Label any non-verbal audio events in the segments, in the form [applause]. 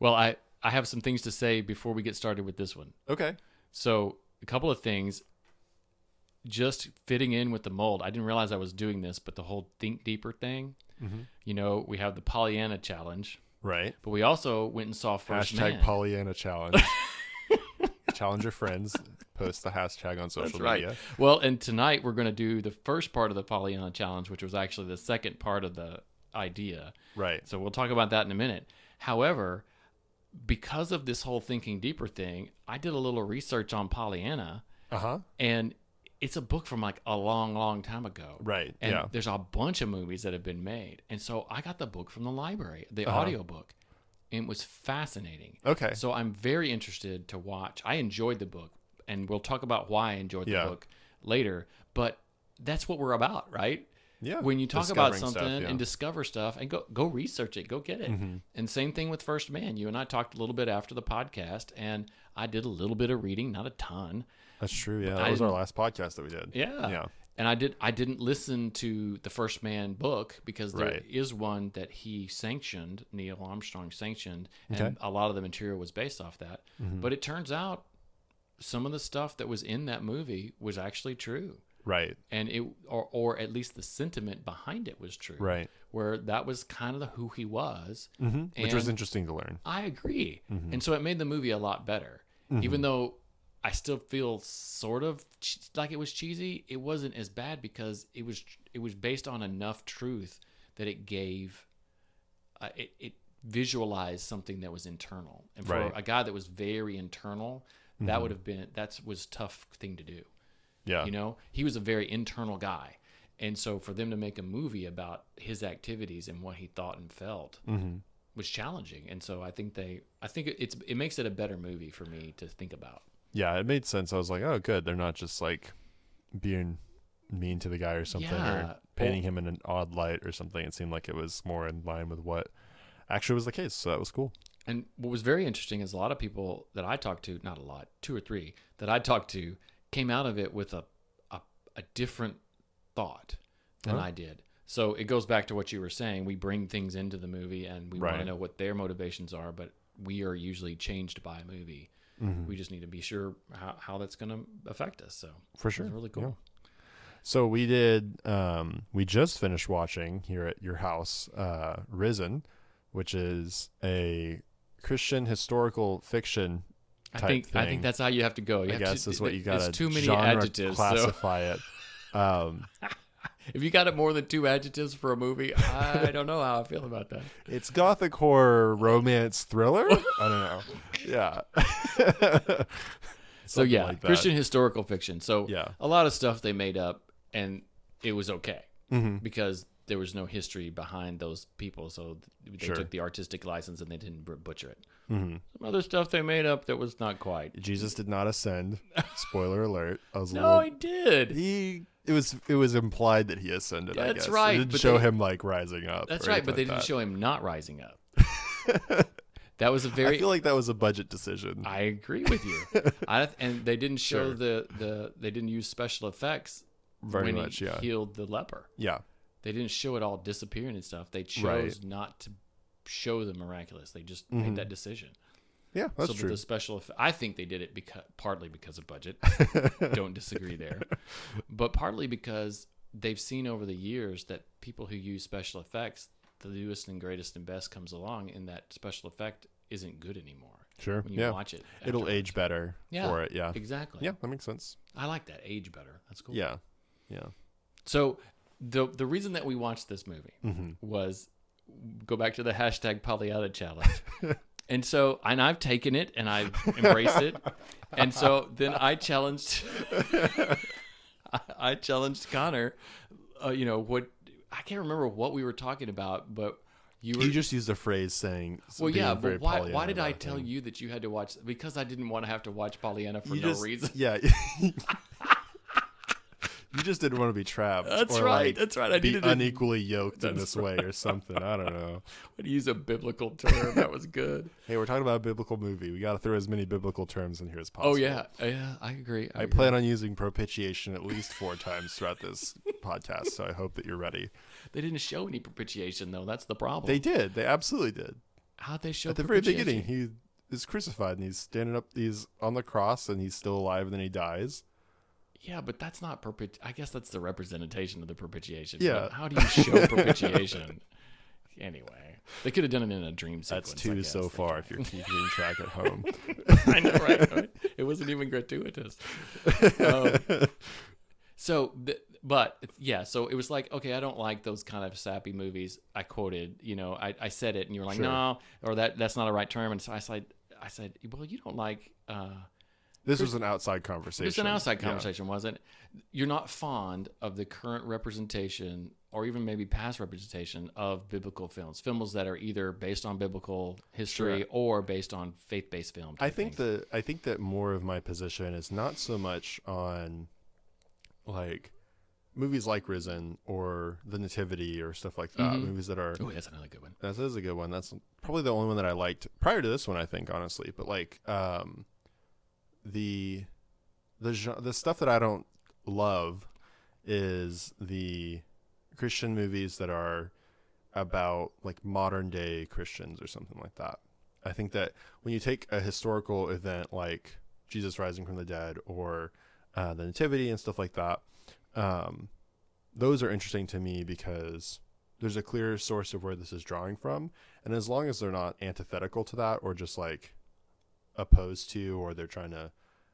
Well, I I have some things to say before we get started with this one. Okay. So, a couple of things. Just fitting in with the mold. I didn't realize I was doing this, but the whole think deeper thing. Mm-hmm. You know, we have the Pollyanna challenge, Right. but we also went and saw First hashtag Man. Pollyanna [laughs] challenge. challenge your friends. Post the hashtag on social That's right. media. Well, and tonight we're going to do the first part of the Pollyanna challenge, which was actually the second part of the idea. Right. So we'll talk about that in a minute. However, because of this whole thinking deeper thing, I did a little research on Pollyanna, Uh huh. and it's a book from like a long, long time ago. Right. And yeah. there's a bunch of movies that have been made. And so I got the book from the library, the Uh-huh. audio book, and it was fascinating. Okay. So I'm very interested to watch. I enjoyed the book, and we'll talk about why I enjoyed the Yeah. book later. But that's what we're about, right? yeah. When you talk about Discovering something stuff, yeah. Mm-hmm. and discover stuff, and go go research it, go get it. And same thing with First Man. You and I talked a little bit after the podcast, and I did a little bit of reading, not a ton. That's true. Yeah. I That was our didn't- last podcast that we did. Yeah. Yeah. And I did. I didn't listen to the First Man book because there is Right. one that he sanctioned, Neil Armstrong sanctioned, and Okay. Mm-hmm. a lot of the material was based off that. But it turns out some of the stuff that was in that movie was actually true, Right. and it, or or at least the sentiment behind it was true. Right. Where that was kind of the who he was, Mm-hmm. Which was And- interesting to learn. I agree. And so it made the movie a lot better. Even though I still feel sort of che- like it was cheesy, it wasn't as bad because it was it was based on enough truth that it gave uh, it, it visualized something that was internal. And for Right. a guy that was very internal, that would have been that was a tough thing to do. Yeah. You know, he was a very internal guy. And so for them to make a movie about his activities and what he thought and felt was challenging. And so I think they I think it- it's it makes it a better movie for me to think about. yeah. It made sense. I was like, oh, good. They're not just like being mean to the guy or something Yeah. or painting him in an odd light or something. It seemed like it was more in line with what actually was the case. So that was cool. And what was very interesting is a lot of people that I talked to, not a lot, two or three that I talked to came out of it with a a, a different thought than Huh. I did. So it goes back to what you were saying. We bring things into the movie and we want to Right. know what their motivations are, but we are usually changed by a movie. Mm-hmm. We just need to be sure how, how that's going to affect us. So For it's sure. really cool. So we did. Um, we just finished watching here at your house, uh, Risen, which is a Christian historical fiction. I type think I thing, think that's how you have to go. You I have guess to, is what you got to It's too many genre adjectives. So classify it. Um, [laughs] if you got it more than two adjectives for a movie, I don't know how I feel about that. it's gothic horror romance thriller. I don't know. [laughs] Yeah. so Something yeah, like that. Christian historical fiction. So Yeah. a lot of stuff they made up, and it was okay Mhm. because there was no history behind those people, so th- they Sure. took the artistic license and they didn't br- butcher it. Mhm. Some other stuff they made up that was not quite. Jesus did not ascend. Spoiler alert. I was [laughs] a No, little I did. he it was it was implied that he ascended. I That's guess. right, It didn't but show they- him like rising up. That's or right, but they didn't anything like show him not rising [laughs] up. that was a that. very I feel like that was a budget decision. I agree with [laughs] you. I, and they didn't show Sure. the, the they didn't use special effects Very when much, he yeah. healed the leper. yeah, They didn't show it all disappearing and stuff. They chose Right. not to show the miraculous. They just made that decision. yeah, that's so that true. the special eff- I think they did it because partly because of budget. [laughs] Don't disagree there. But partly because they've seen over the years that people who use special effects, the newest and greatest and best comes along and that special effect isn't good anymore Sure, when you yeah, watch it. it'll afterwards. age better Yeah, for it. Yeah, Exactly. yeah, that makes sense. I like that age better. That's cool. Yeah, yeah, So the the reason that we watched this movie was go back to the hashtag Pollyanna [laughs] challenge. and so and I've taken it and I've embraced it. And so then I challenged [laughs] I, I challenged Connor uh, you know what I can't remember what we were talking about but you were you just used a phrase saying. well, yeah, being very but why, why Pollyanna did I about tell things. you that you had to watch? Because I didn't want to have to watch Pollyanna for You no just- reason. Yeah. You just didn't want to be [laughs] trapped. That's or, right. like, that's right. I be needed to unequally yoked in this way or something. I don't know. to use a biblical term. That was good. Hey, we're talking about a biblical movie. We got to throw as many biblical terms in here as possible. Oh yeah, yeah, I agree. I plan on using propitiation at least four times throughout this [laughs] podcast, so I hope that you're ready. They didn't show any propitiation though. That's the problem. They did. They absolutely did. How'd they show At the very propitiation? beginning, he is crucified and he's standing up. He's on the cross and he's still alive, and then he dies. Yeah, but that's not perpet. I guess that's the representation of the propitiation. Yeah. But how do you show [laughs] propitiation? anyway, they could have done it in a dream sequence. That's I two guess. so They far. If you're keeping track [laughs] at home, I know, right? right? It wasn't even gratuitous. Um, so, th- but yeah, so it was like, okay, I don't like those kind of sappy movies. I quoted, you know, I, I said it, and you were like, Sure. no, or that that's not a right term. And so I said, I said, well, you don't like. Uh, this was an outside conversation. it's an outside Yeah. conversation, wasn't it? You're not fond of the current representation or even maybe past representation of biblical films, films that are either based on biblical history or based on faith-based films. I think that I think that more of my position is not so much on like movies like Risen or The Nativity or stuff like that. Mhm. Movies that are Oh, that's another good one. that is a good one. That's probably the only one that I liked prior to this one, I think, honestly. But like um the the gen- the stuff that I don't love is the Christian movies that are about like modern day Christians or something like that. I think that when you take a historical event like Jesus rising from the dead or uh, the Nativity and stuff like that, um, those are interesting to me because there's a clear source of where this is drawing from. And as long as they're not antithetical to that or just like opposed to or they're trying to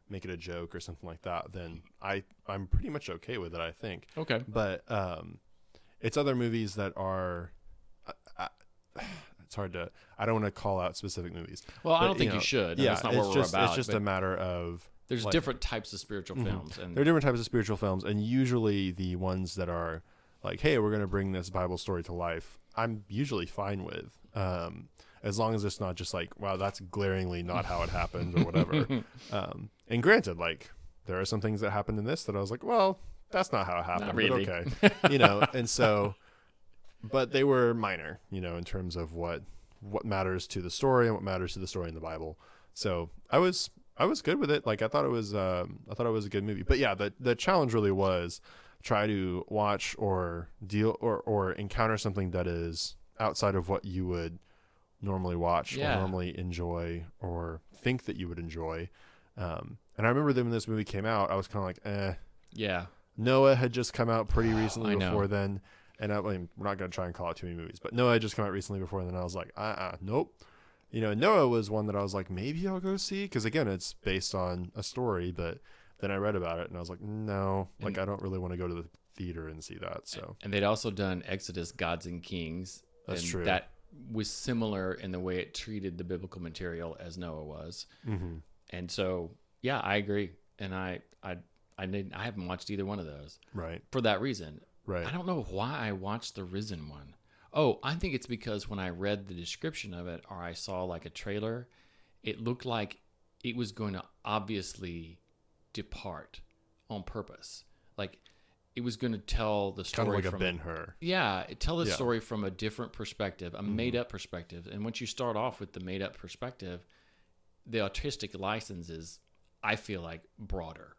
make it a joke or something like that, then I, I'm pretty much okay with it, I think Okay. but um, it's other movies that are. I, I, [sighs] it's hard to. I don't want to call out specific movies. Well, I But, don't think you, know, should. Yeah, Yeah, that's not it's what just we're about. it's just but a matter of there's like- Mm-hmm. different types of spiritual films, and there are different types of spiritual films, and usually the ones that are like, "Hey, we're going to bring this Bible story to life." I'm usually fine with, um, as long as it's not just like, "Wow, that's glaringly not how it happened" or [laughs] whatever. um, and granted, like there are some things that happened in this that I was like, "Well, that's not how it happened." but really. [laughs] okay, you know. And so, but they were minor, you know, in terms of what what matters to the story and what matters to the story in the Bible. So I was I was good with it. Like I thought it was um, I thought it was a good movie. But yeah, the the challenge really was try to watch or deal or or encounter something that is outside of what you would normally watch Yeah. or normally enjoy or think that you would enjoy. Um, and I remember that when this movie came out, I was kind of like, eh. yeah, Noah had just come out pretty recently I know. before then. And I, I mean, we're not going to try and call out too many movies, but Noah had just come out recently before then. And I was like, uh uh nope. You know, Noah was one that I was like, maybe I'll go see. Because again, it's based on a story, but then I read about it and I was like, no, like, And- I don't really want to go to the theater and see that. So and they'd also done Exodus, Gods and Kings. That's and true. That was similar in the way it treated the biblical material as Noah was, mm-hmm. and so yeah, I agree. And I, I, I didn't, I haven't watched either one of those Right, for that reason. right. I don't know why I watched the Risen one. Oh, I think it's because when I read the description of it or I saw like a trailer, it looked like it was going to obviously depart on purpose. Like it was going to tell the Kind of story like a from Ben Hur. yeah, it- tell the Yeah. Mm-hmm. story from a different perspective, a made up perspective. And once you start off with the made up perspective, the artistic license is, I feel like, broader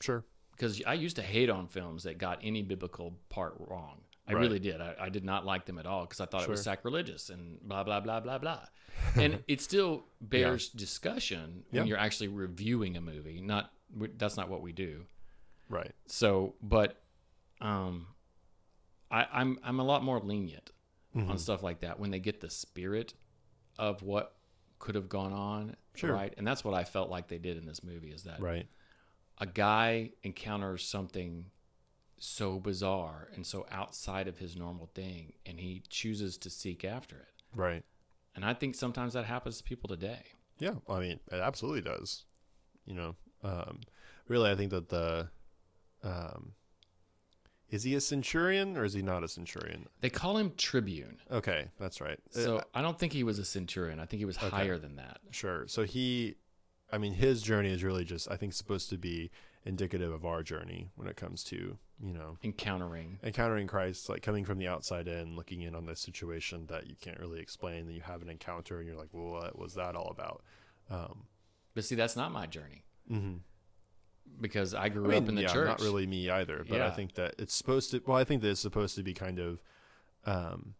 Sure. because I used to hate on films that got any biblical part wrong. I Right. really did. I, I did not like them at all because I thought it was Sure. sacrilegious and blah blah blah blah blah. [laughs] and it still bears discussion when Yeah. you're actually reviewing a movie. Not we- that's not what we do. Right. So, but um, I, I'm I'm a lot more lenient Mm-hmm. on stuff like that when they get the spirit of what could have gone on, Sure. right? And that's what I felt like they did in this movie. Is that Right. a guy encounters something so bizarre and so outside of his normal thing and he chooses to seek after it Right. and i think sometimes that happens to people today Yeah, I mean, it absolutely does. You know, um, really, I think that the um, is he a centurion or is he not a centurion? they call him tribune Okay, that's right. Uh, so i don't think he was a centurion i think he was higher than that sure. So he, I mean, his journey is really just, I think, supposed to be indicative of our journey when it comes to you know encountering encountering Christ, like coming from the outside in, looking in on this situation that you can't really explain, that you have an encounter, and you're like, well, what was that all about? Um, but see that's not my journey mm-hmm. because i grew I up mean, in the yeah, church Not really me either, but I Yeah. think that it's supposed to. Well, I think that it's supposed to be kind of, um,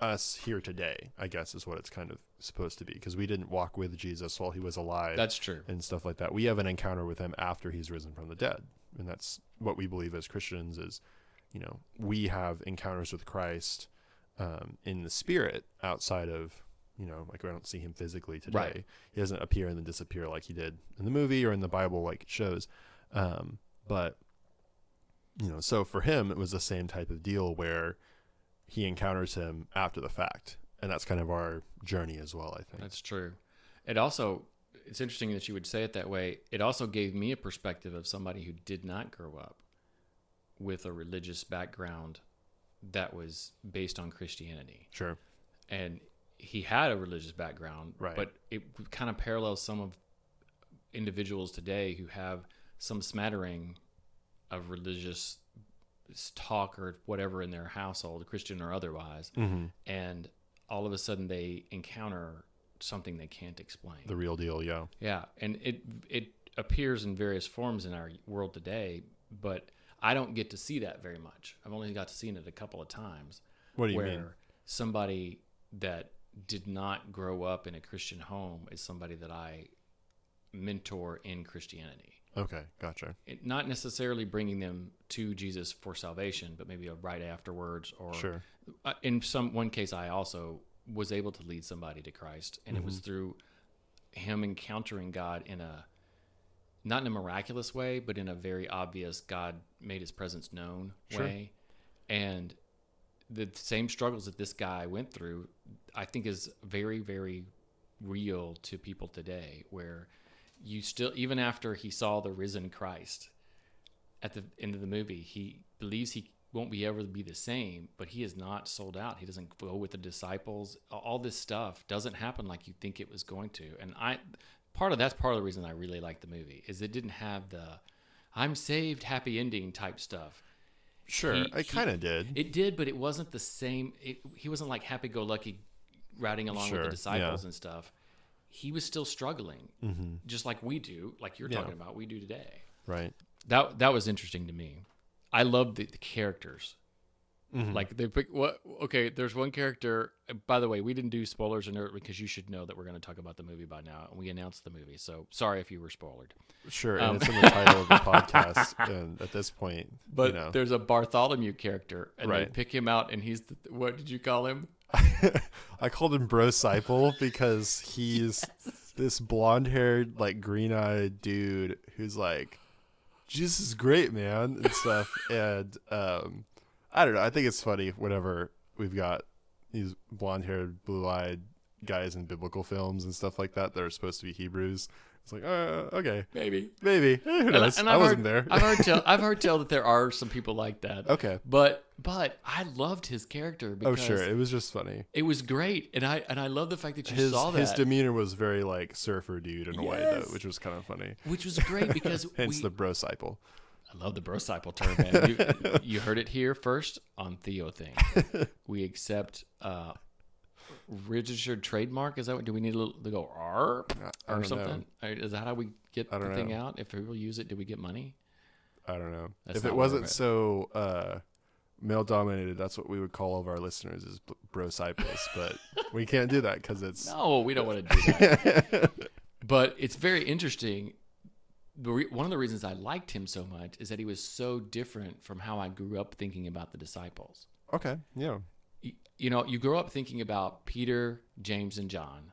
us here today, I guess is what it's kind of supposed to be because we didn't walk with Jesus while he was alive That's true. and stuff like that. We have an encounter with him after he's risen from the dead. And that's what we believe as Christians is, you know, we have encounters with Christ um, in the spirit outside of, you know, like we don't see him physically today. Right. He doesn't appear and then disappear like he did in the movie or in the Bible like it shows. Um, but, you know, so for him, it was the same type of deal where he encounters him after the fact. And that's kind of our journey as well, I think. That's true. It also it's interesting that you would say it that way. It also gave me a perspective of somebody who did not grow up with a religious background that was based on Christianity. sure. And he had a religious background, Right. but it kind of parallels some of individuals today who have some smattering of religious s- talk or whatever in their household, Christian or otherwise, Mm-hmm. and all of a sudden they encounter something they can't explain. The real deal, yeah. Yeah, and it it appears in various forms in our world today, but I don't get to see that very much. I've only got to see it a couple of times What do you where mean? somebody that did not grow up in a Christian home is somebody that I mentor in Christianity. Okay, gotcha. It, not necessarily bringing them to Jesus for salvation, but maybe a right afterwards or Sure. uh, in some one case i also was able to lead somebody to christ and it was through him encountering god in a not in a miraculous way but in a very obvious god made his presence known Sure. way and the same struggles that this guy went through i think is very very real to people today where you still even after he saw the risen christ at the end of the movie, he believes he won't be ever be the same, but he is not sold out. He doesn't go with the disciples. A- All this stuff doesn't happen like you think it was going to. And I, part of that's part of the reason I really like the movie is it didn't have the "I'm saved" happy ending type stuff. Sure. He- I he- kind of did. It did, but it wasn't the same. It, he wasn't like happy go lucky, riding along Sure, with yeah. the disciples and stuff. He was still struggling, just like we do, like you're Mm-hmm. Yeah. talking about. We do today right. that that was interesting to me. I love the, the characters. Mhm. Like they pick what? Okay, there's one character. By the way, we didn't do spoilers in it because you should know that we're going to talk about the movie by now, and we announced the movie. So sorry if you were spoiled. Sure. Um. And it's in the title of [laughs] the podcast. And at this point, But you know, there's a Bartholomew character, and they Right. pick him out, and he's the, what did you call him? [laughs] I called him Bro Cyple because [laughs] he's this blonde haired, like green eyed dude who's like, Jesus is great, man, [laughs] and stuff. and um, I don't know. I think it's funny whenever we've got these blonde haired, blue eyed guys in biblical films and stuff like that that are supposed to be Hebrews. It's like, uh, okay, Maybe. maybe. Eh, [laughs] Who knows? I I've wasn't heard- there. I've heard [laughs] tell. I've heard tell that there are some people like that. Okay. But but I loved his character Oh, because sure. It was just funny. it was great, and I and I love the fact that you His saw that. his demeanor was very like surfer dude in a way though, Yes. which was kind of funny. which was great because [laughs] Hence we, the bro cycle. I love the brocycle term, [laughs] man. You, you heard it here first on Theo Thing. We accept uh, registered trademark. Is that what? Do we need a little to go R I or don't something? Or Is that how we get I the don't thing know. out? If people use it, do we get [laughs] money? I don't know. That's if not it what I wasn't read. so uh, male dominated, that's what we would call all of our listeners is bro cycles, but we can't do that because [laughs] it's No, we don't want to do that. [laughs] but it's very interesting. The re- One of the reasons I liked him so much is that he was so different from how I grew up thinking about the disciples. okay. Yeah. y- you know, you grow up thinking about Peter, James, and John.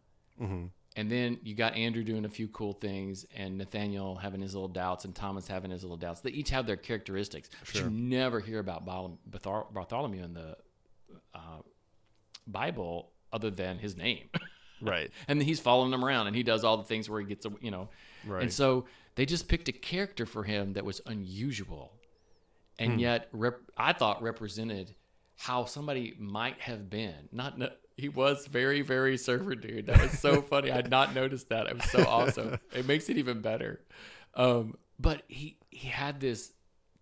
And then you got Andrew doing a few cool things, and Nathaniel having his little doubts, and Thomas having his little doubts. They each have their characteristics. But you never hear about Barthol- Barthol- Bartholomew in the uh, Bible other than his name. [laughs] Right. and then he's following them around, and he does all the things where he gets, a, you know. Right. And so they just picked a character for him that was unusual and yet rep- I thought represented how somebody might have been. Not no, he was very very surfer dude. That was so funny. I had not noticed that. It was so awesome. It makes it even better. Um, but he he had this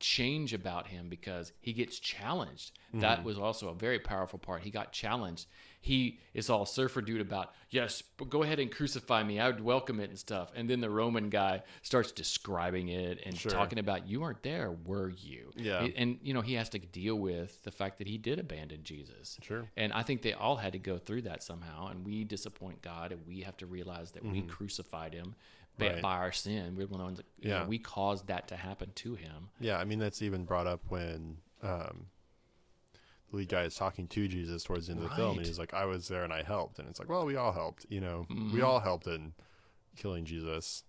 change about him because he gets challenged. That was also a very powerful part. He got challenged. he is all surfer dude about yes, but go ahead and crucify me. I would welcome it and stuff. And then the Roman guy starts describing it and Sure. talking about you weren't there, were you? Yeah. And- and you know he has to deal with the fact that he did abandon Jesus. Sure. And I think they all had to go through that somehow. And we disappoint God, and we have to realize that we crucified Him by, Mm-hmm. Right. by our sin. We're the ones that you know, Yeah. we caused that to happen to Him. Yeah, I mean that's even brought up when um, the lead guy is talking to Jesus towards the end of the film, Right. and he's like, "I was there and I helped," and it's like, "Well, we all helped, you know, Mm-hmm. we all helped in killing Jesus."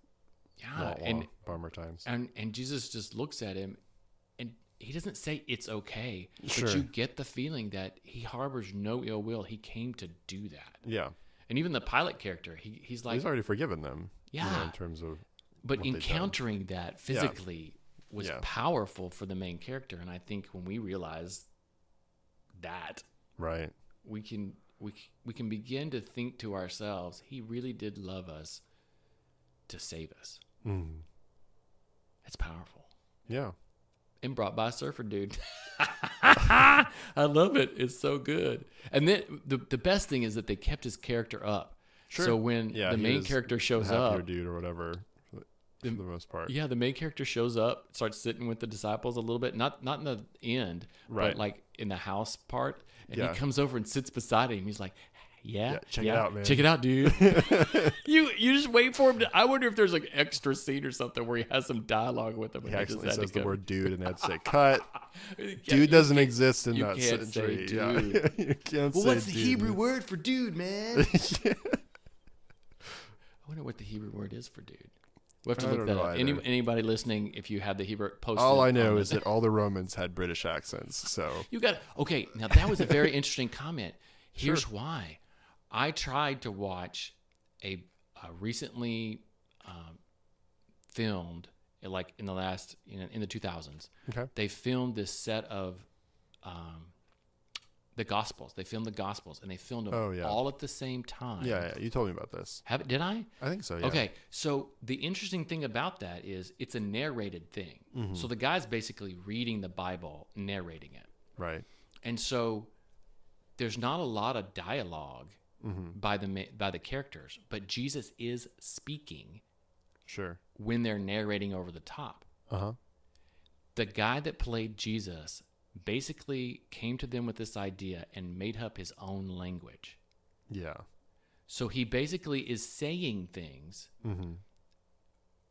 Yeah. Wah, wah, Uh, And bummer times. and and Jesus just looks at him, and he doesn't say it's okay, Sure. but you get the feeling that he harbors no ill will. He came to do that. yeah, And even the pilot character, he, he's like, he's already forgiven them. you know, Yeah. in terms of but what they've done. encountering that physically was Yeah. powerful for the main character and i think when we realize that right, we can we, c- we can begin to think to ourselves he really did love us to save us mm. that's powerful yeah, and brought by a surfer dude [laughs] i love it it's so good and then the, the best thing is that they kept his character up Sure. so when Yeah, the he main was character shows happier up dude or whatever, for the- for the most part. Yeah, the main character shows up, starts sitting with the disciples a little bit, not not in the end, Right. but like in the house part. And Yeah. he comes over and sits beside him. He's like, "Yeah, Yeah, check it out, man." Check it out, [laughs] dude. you you just wait for him. To, I wonder if there's like extra scene or something where he has some dialogue with him. He and they just accidentally had to says the go- word "dude" and that's it. Cut. [laughs] Yeah, you dude doesn't exist in you that can't century. say Yeah, dude. [laughs] you can't Well, say what's the dude. Hebrew word for dude, man? I [laughs] Yeah. wonder what the Hebrew word is for dude. We'll have to I look don't that know up. Any, either. anybody listening, if you have the Hebrew post, All it I on know the- is that all the Romans had British accents. So You got okay. Now that was a very interesting [laughs] comment. Here's why. I tried to watch a, a recently um, filmed, like in the last you know, in the 2000s. okay, They filmed this set of um, the Gospels. They filmed the Gospels, and they filmed them Oh, yeah. all at the same time. yeah, yeah, you told me about this. Have, did I? I think so. Yeah. Okay, so the interesting thing about that is it's a narrated thing. Mm-hmm. So the guy's basically reading the Bible, narrating it. right. And so there's not a lot of dialog by the ma- by the characters, but Jesus is speaking Sure. when they're narrating over the top. Uh huh. The guy that played Jesus basically came to them with this idea and made up his own language. Yeah. So he basically is saying things, Mhm.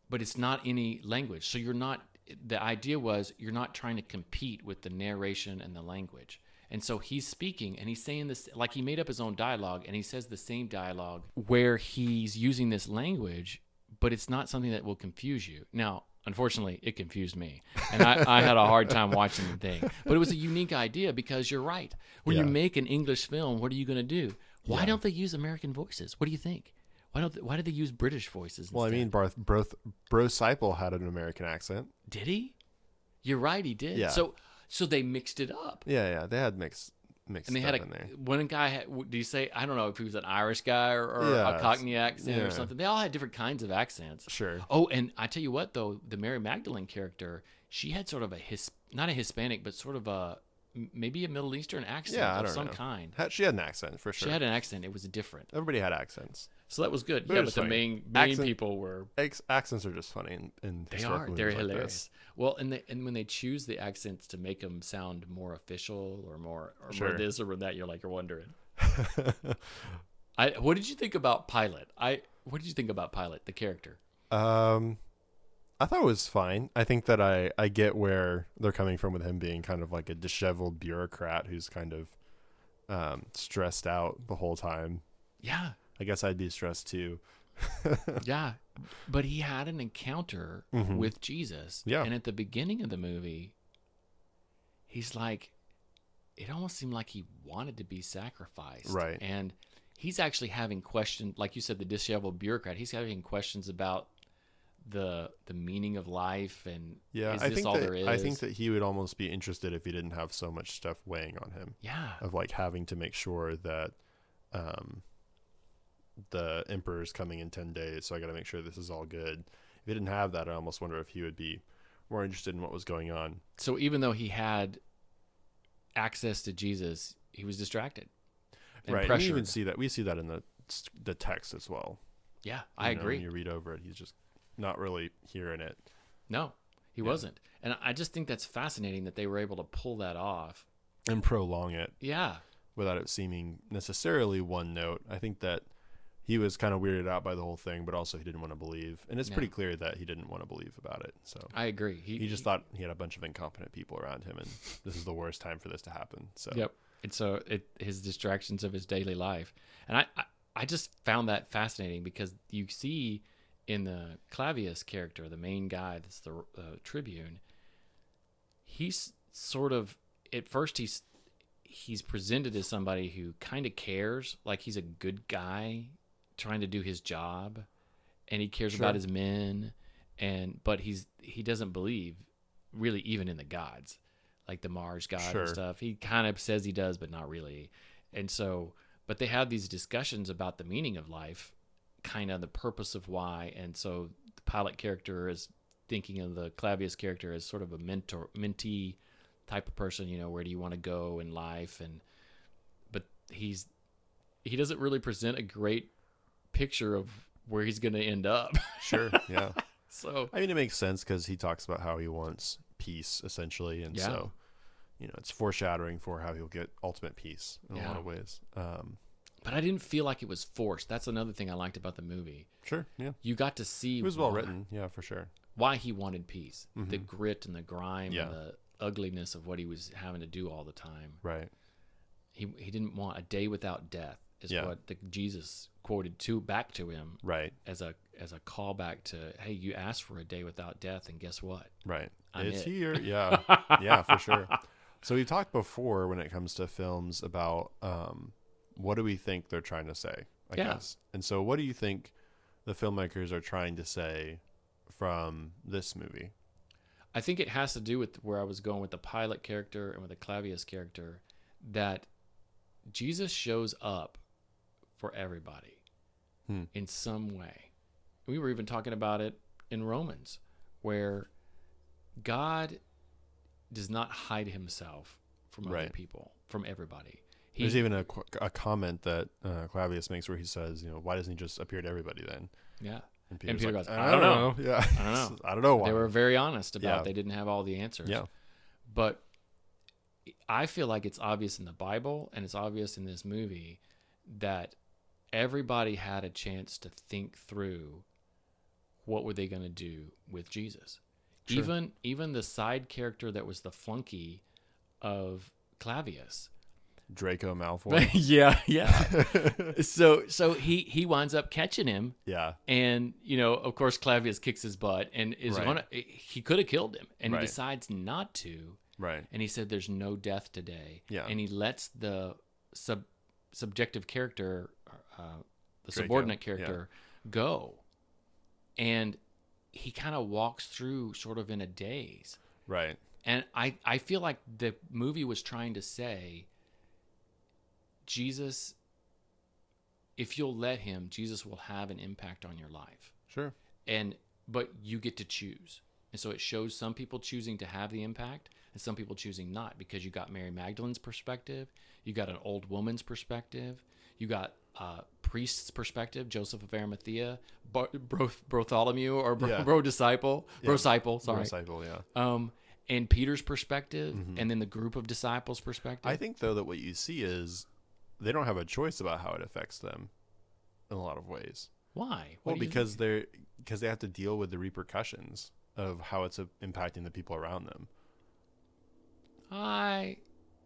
but it's not any language. So you're not, the idea was you're not trying to compete with the narration and the language. And so he's speaking and he's saying this, like he made up his own dialogue and he says the same dialogue where he's using this language, but it's not something that will confuse you. Now, unfortunately, it confused me. And I, I had a hard time watching the thing. But it was a unique idea because you're right. When you Yeah. make an English film, what are you going to do? Why don't they use American voices? What do you think? Why don't they, why did they use British voices? Well, I instead? mean, Barth Broth Broseipel had an American accent. did he? You're right, he did. Yeah. So so they mixed it up. Yeah, yeah. They had mixed mixed And they stuff had a in there. one guy. Had, w- do you say I don't know if he was an Irish guy or, or Yeah, a it's- Cockney accent yeah. or something? They all had different kinds of accents. Sure. Oh, and I tell you what though, the Mary Magdalene character, she had sort of a his not a Hispanic, but sort of a m- maybe a Middle Eastern accent Yeah, I of don't some know. kind. Had, she had an accent for sure. She had an accent. It was different. Everybody had accents. So that was good. But it yeah, was but the funny. main main Accent- people were Ex- accents are just funny in, in They historical are. movies They're like this. hilarious. Well, and they, and when they choose the accents to make them sound more official or more or Sure. more this or more that, you're like you're wondering. [laughs] I what did you think about Pilot? I what did you think about Pilot, the character? Um, I thought it was fine. I think that I I get where they're coming from with him being kind of like a disheveled bureaucrat who's kind of um, stressed out the whole time. Yeah, I guess I'd be stressed too. [laughs] yeah. But he had an encounter with Jesus. Mm-hmm. Yeah. And at the beginning of the movie, he's like, it almost seemed like he wanted to be sacrificed. Right. And he's actually having questions, like you said, the disheveled bureaucrat. He's having questions about the the meaning of life and Yeah, is I this think all that, there is? I think that he would almost be interested if he didn't have so much stuff weighing on him yeah, of like having to make sure that um the emperor's coming in 10 days so i got to make sure this is all good if he didn't have that i almost wonder if he would be more interested in what was going on so even though he had access to Jesus, he was distracted. and right. And we pressured. even see that. We see that in the the text as well. yeah, I You know, When agree. you read over it, he's just not really hearing it. No, he wasn't. And I just think that's fascinating that they were able to pull that off. and prolong it Yeah. without it seeming necessarily one note. I think that he was kind of weirded out by the whole thing, but also he didn't want to believe. And it's No. pretty clear that he didn't want to believe about it. So I agree. He, he just thought he had a bunch of incompetent people around him, and this is the worst time for this to happen. So Yep. And so it his distractions of his daily life, and I I, I just found that fascinating because you see in the Clavius character, the main guy that's the uh, Tribune, he's sort of at first he's he's presented as somebody who kind of cares, like he's a good guy trying to do his job, and he cares Sure. about his men, and but he's he doesn't believe really even in the gods, like the Mars god Sure. and stuff. He kind of says he does, but not really. And so, but they have these discussions about the meaning of life, kind of the purpose of why. And so the pilot character is thinking of the Clavius character as sort of a mentor, mentee type of person. You know, where do you want to go in life? And but he's he doesn't really present a great picture of where he's going to end up. [laughs] sure, yeah. so I mean, it makes sense because he talks about how he wants peace essentially, and Yeah. so you know it's foreshadowing for how he'll get ultimate peace in a Yeah. lot of ways. Um, but I didn't feel like it was forced. That's another thing I liked about the movie. sure, yeah. You got to see It was well why- written, yeah, for sure. why he wanted peace, the grit and the grime, Yeah. and the ugliness of what he was having to do all the time. Right. He he didn't want a day without death. Is Yeah. what the, Jesus quoted to back to him Right. as a as a callback to Hey, you asked for a day without death, and guess what? Right. I'm it's it. [laughs] here. Yeah. yeah, for sure. So we talked before when it comes to films about um, what do we think they're trying to say, I Yeah. guess. And so what do you think the filmmakers are trying to say from this movie? I think it has to do with where I was going with the pilot character and with the Clavius character that Jesus shows up for everybody Hmm. in some way. We were even talking about it in Romans where God does not hide himself from other Right. people, from everybody. There's He, even a, qu- a comment that uh, Clavius makes where he says, you know, why doesn't he just appear to everybody then? yeah. And Peter goes, "I don't know. Yeah. I don't know." [laughs] I don't know why. They were very honest about Yeah. they didn't have all the answers. yeah. but I feel like it's obvious in the Bible and it's obvious in this movie that everybody had a chance to think through what were they going to do with Jesus. Sure. Even even the side character that was the flunky of [laughs] Clavius. Draco Malfoy. yeah, [laughs] yeah. [laughs] so so he he winds up catching him yeah. and you know of course Clavius kicks his butt and is Right. gonna he could have killed him and Right. he decides not to Right. and he said there's no death today Yeah. and he lets the sub subjective character uh, the Draco, subordinate yeah. character go and he kind of walks through sort of in a daze Right. and i i feel like the movie was trying to say jesus if you'll let him jesus will have an impact on your life Sure. and but you get to choose and so it shows some people choosing to have the impact and some people choosing not because you got mary magdalene's perspective you got an old woman's perspective you got uh, priest's perspective joseph of arimathea Bar- bro- bartholomew or bro, Yeah. bro disciple bro disciple sorry Disciple, yeah. um and peter's perspective and then the group of disciples perspective Mm-hmm. I think though that what you see is they don't have a choice about how it affects them in a lot of ways. why What Well, do you- because they're because they have to deal with the repercussions of how it's uh, impacting the people around them. i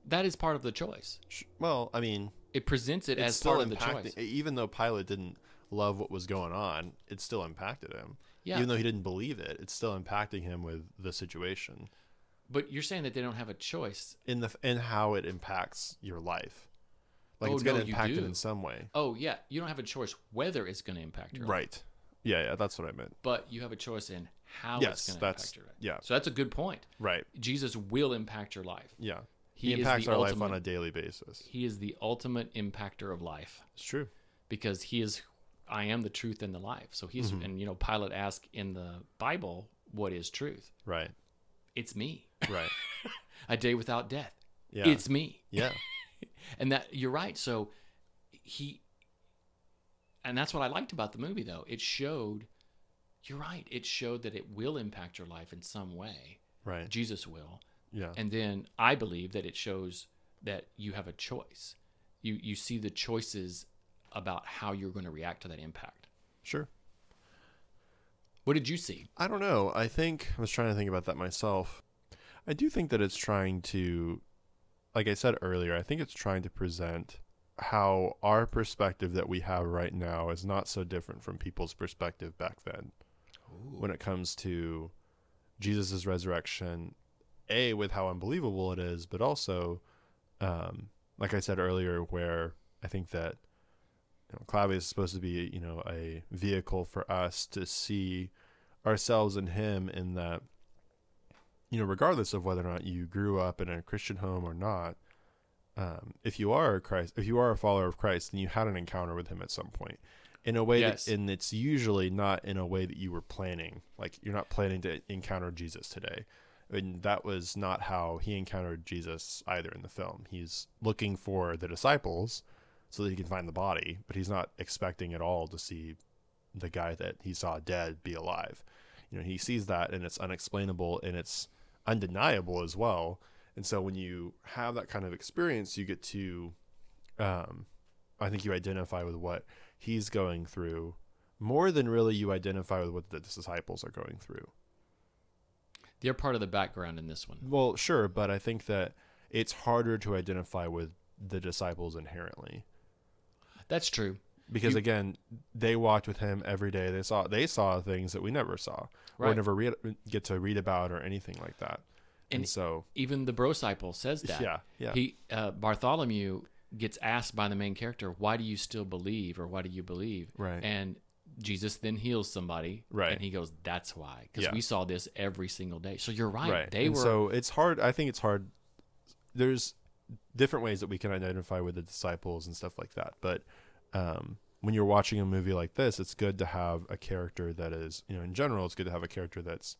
that is part of the choice Sh- Well, I mean, it presents it it's as still part of the choice impacting. e, Even though Pilate didn't love what was going on, it still impacted him. Yeah. Even though he didn't believe it, it's still impacting him with the situation but you're saying that they don't have a choice in the in how it impacts your life. Like Oh, it's going no, to you impact it do. in some way. Oh yeah, you don't have a choice whether it's going to impact your life, Right. Yeah, yeah, that's what I meant. but you have a choice in how it's Yes, going to that's- impact your life. yeah. So that's a good point. Right. Jesus will impact your life. Yeah. He He, is impacts the our life ultimate- on a daily basis. He is the ultimate impactor of life It's true. because he is I am the truth and the life. So he's Mm-hmm. and you know Pilate asked in the Bible, what is truth? Right. It's me. [laughs] Right. A day without death. Yeah. It's me. yeah. And that you're right. So he and that's what I liked about the movie though. It showed you're right. It showed that it will impact your life in some way. Right. Jesus will. Yeah. And then I believe that it shows that you have a choice. You you see the choices about how you're going to react to that impact. Sure. What did you see? I don't know. I think I was trying to think about that myself. I do think that it's trying to, like I said earlier, I think it's trying to present how our perspective that we have right now is not so different from people's perspective back then when it comes to Jesus' resurrection, A, with how unbelievable it is, but also, um, like I said earlier, where I think that you know, Clavius is supposed to be, you know, a vehicle for us to see ourselves in him in that, you know, regardless of whether or not you grew up in a Christian home or not, um, if you are a Christ, if you are a follower of Christ, then you had an encounter with him at some point in a way Yes. that, and it's usually not in a way that you were planning. Like you're not planning to encounter Jesus today. And that was not how he encountered Jesus either in the film. He's looking for the disciples so that he can find the body, but he's not expecting at all to see the guy that he saw dead be alive. You know, he sees that and it's unexplainable and it's undeniable as well. And so when you have that kind of experience, you get to, um, I think you identify with what he's going through more than really you identify with what the disciples are going through. They're part of the background in this one. Well, sure, but I think that it's harder to identify with the disciples inherently. That's true. because again they walked with him every day they saw they saw things that we never saw or Right. never read, get to read about or anything like that and, And- so Even the brocycle says that. yeah yeah He uh, Bartholomew gets asked by the main character, "Why do you still believe, or why do you believe?" Right. And Jesus then heals somebody. Right. And he goes, "That's why, because Yeah. we saw this every single day." So you're right. right They And were so it's hard i think it's hard there's different ways that we can identify with the disciples and stuff like that but um when you're watching a movie like this it's good to have a character that is you know in general it's good to have a character that's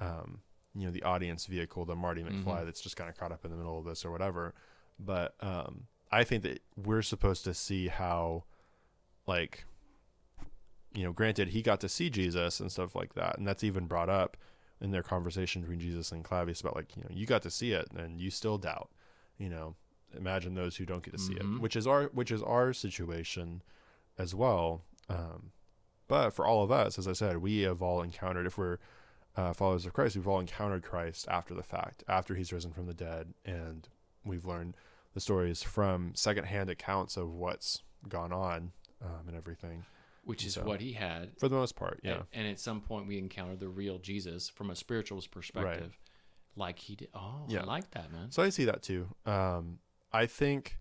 um you know the audience vehicle the marty Mm-hmm. mcfly that's just kind of caught up in the middle of this or whatever but um i think that we're supposed to see how like you know granted he got to see jesus and stuff like that and that's even brought up in their conversation between jesus and clavius about like you know you got to see it and you still doubt you know imagine those who don't get to see Mhm. it which is our which is our situation as well um but for all of us as i said we have all encountered if we're uh, followers of Christ, we've all encountered Christ after the fact, after he's risen from the dead, and we've learned the stories from secondhand accounts of what's gone on um, and everything which is so- what he had. for the most part. Yeah. And, and at some point, we encounter the real Jesus from a spiritual perspective, like he did. Oh, Yeah. I like that, man. So I see that too. Um, I think,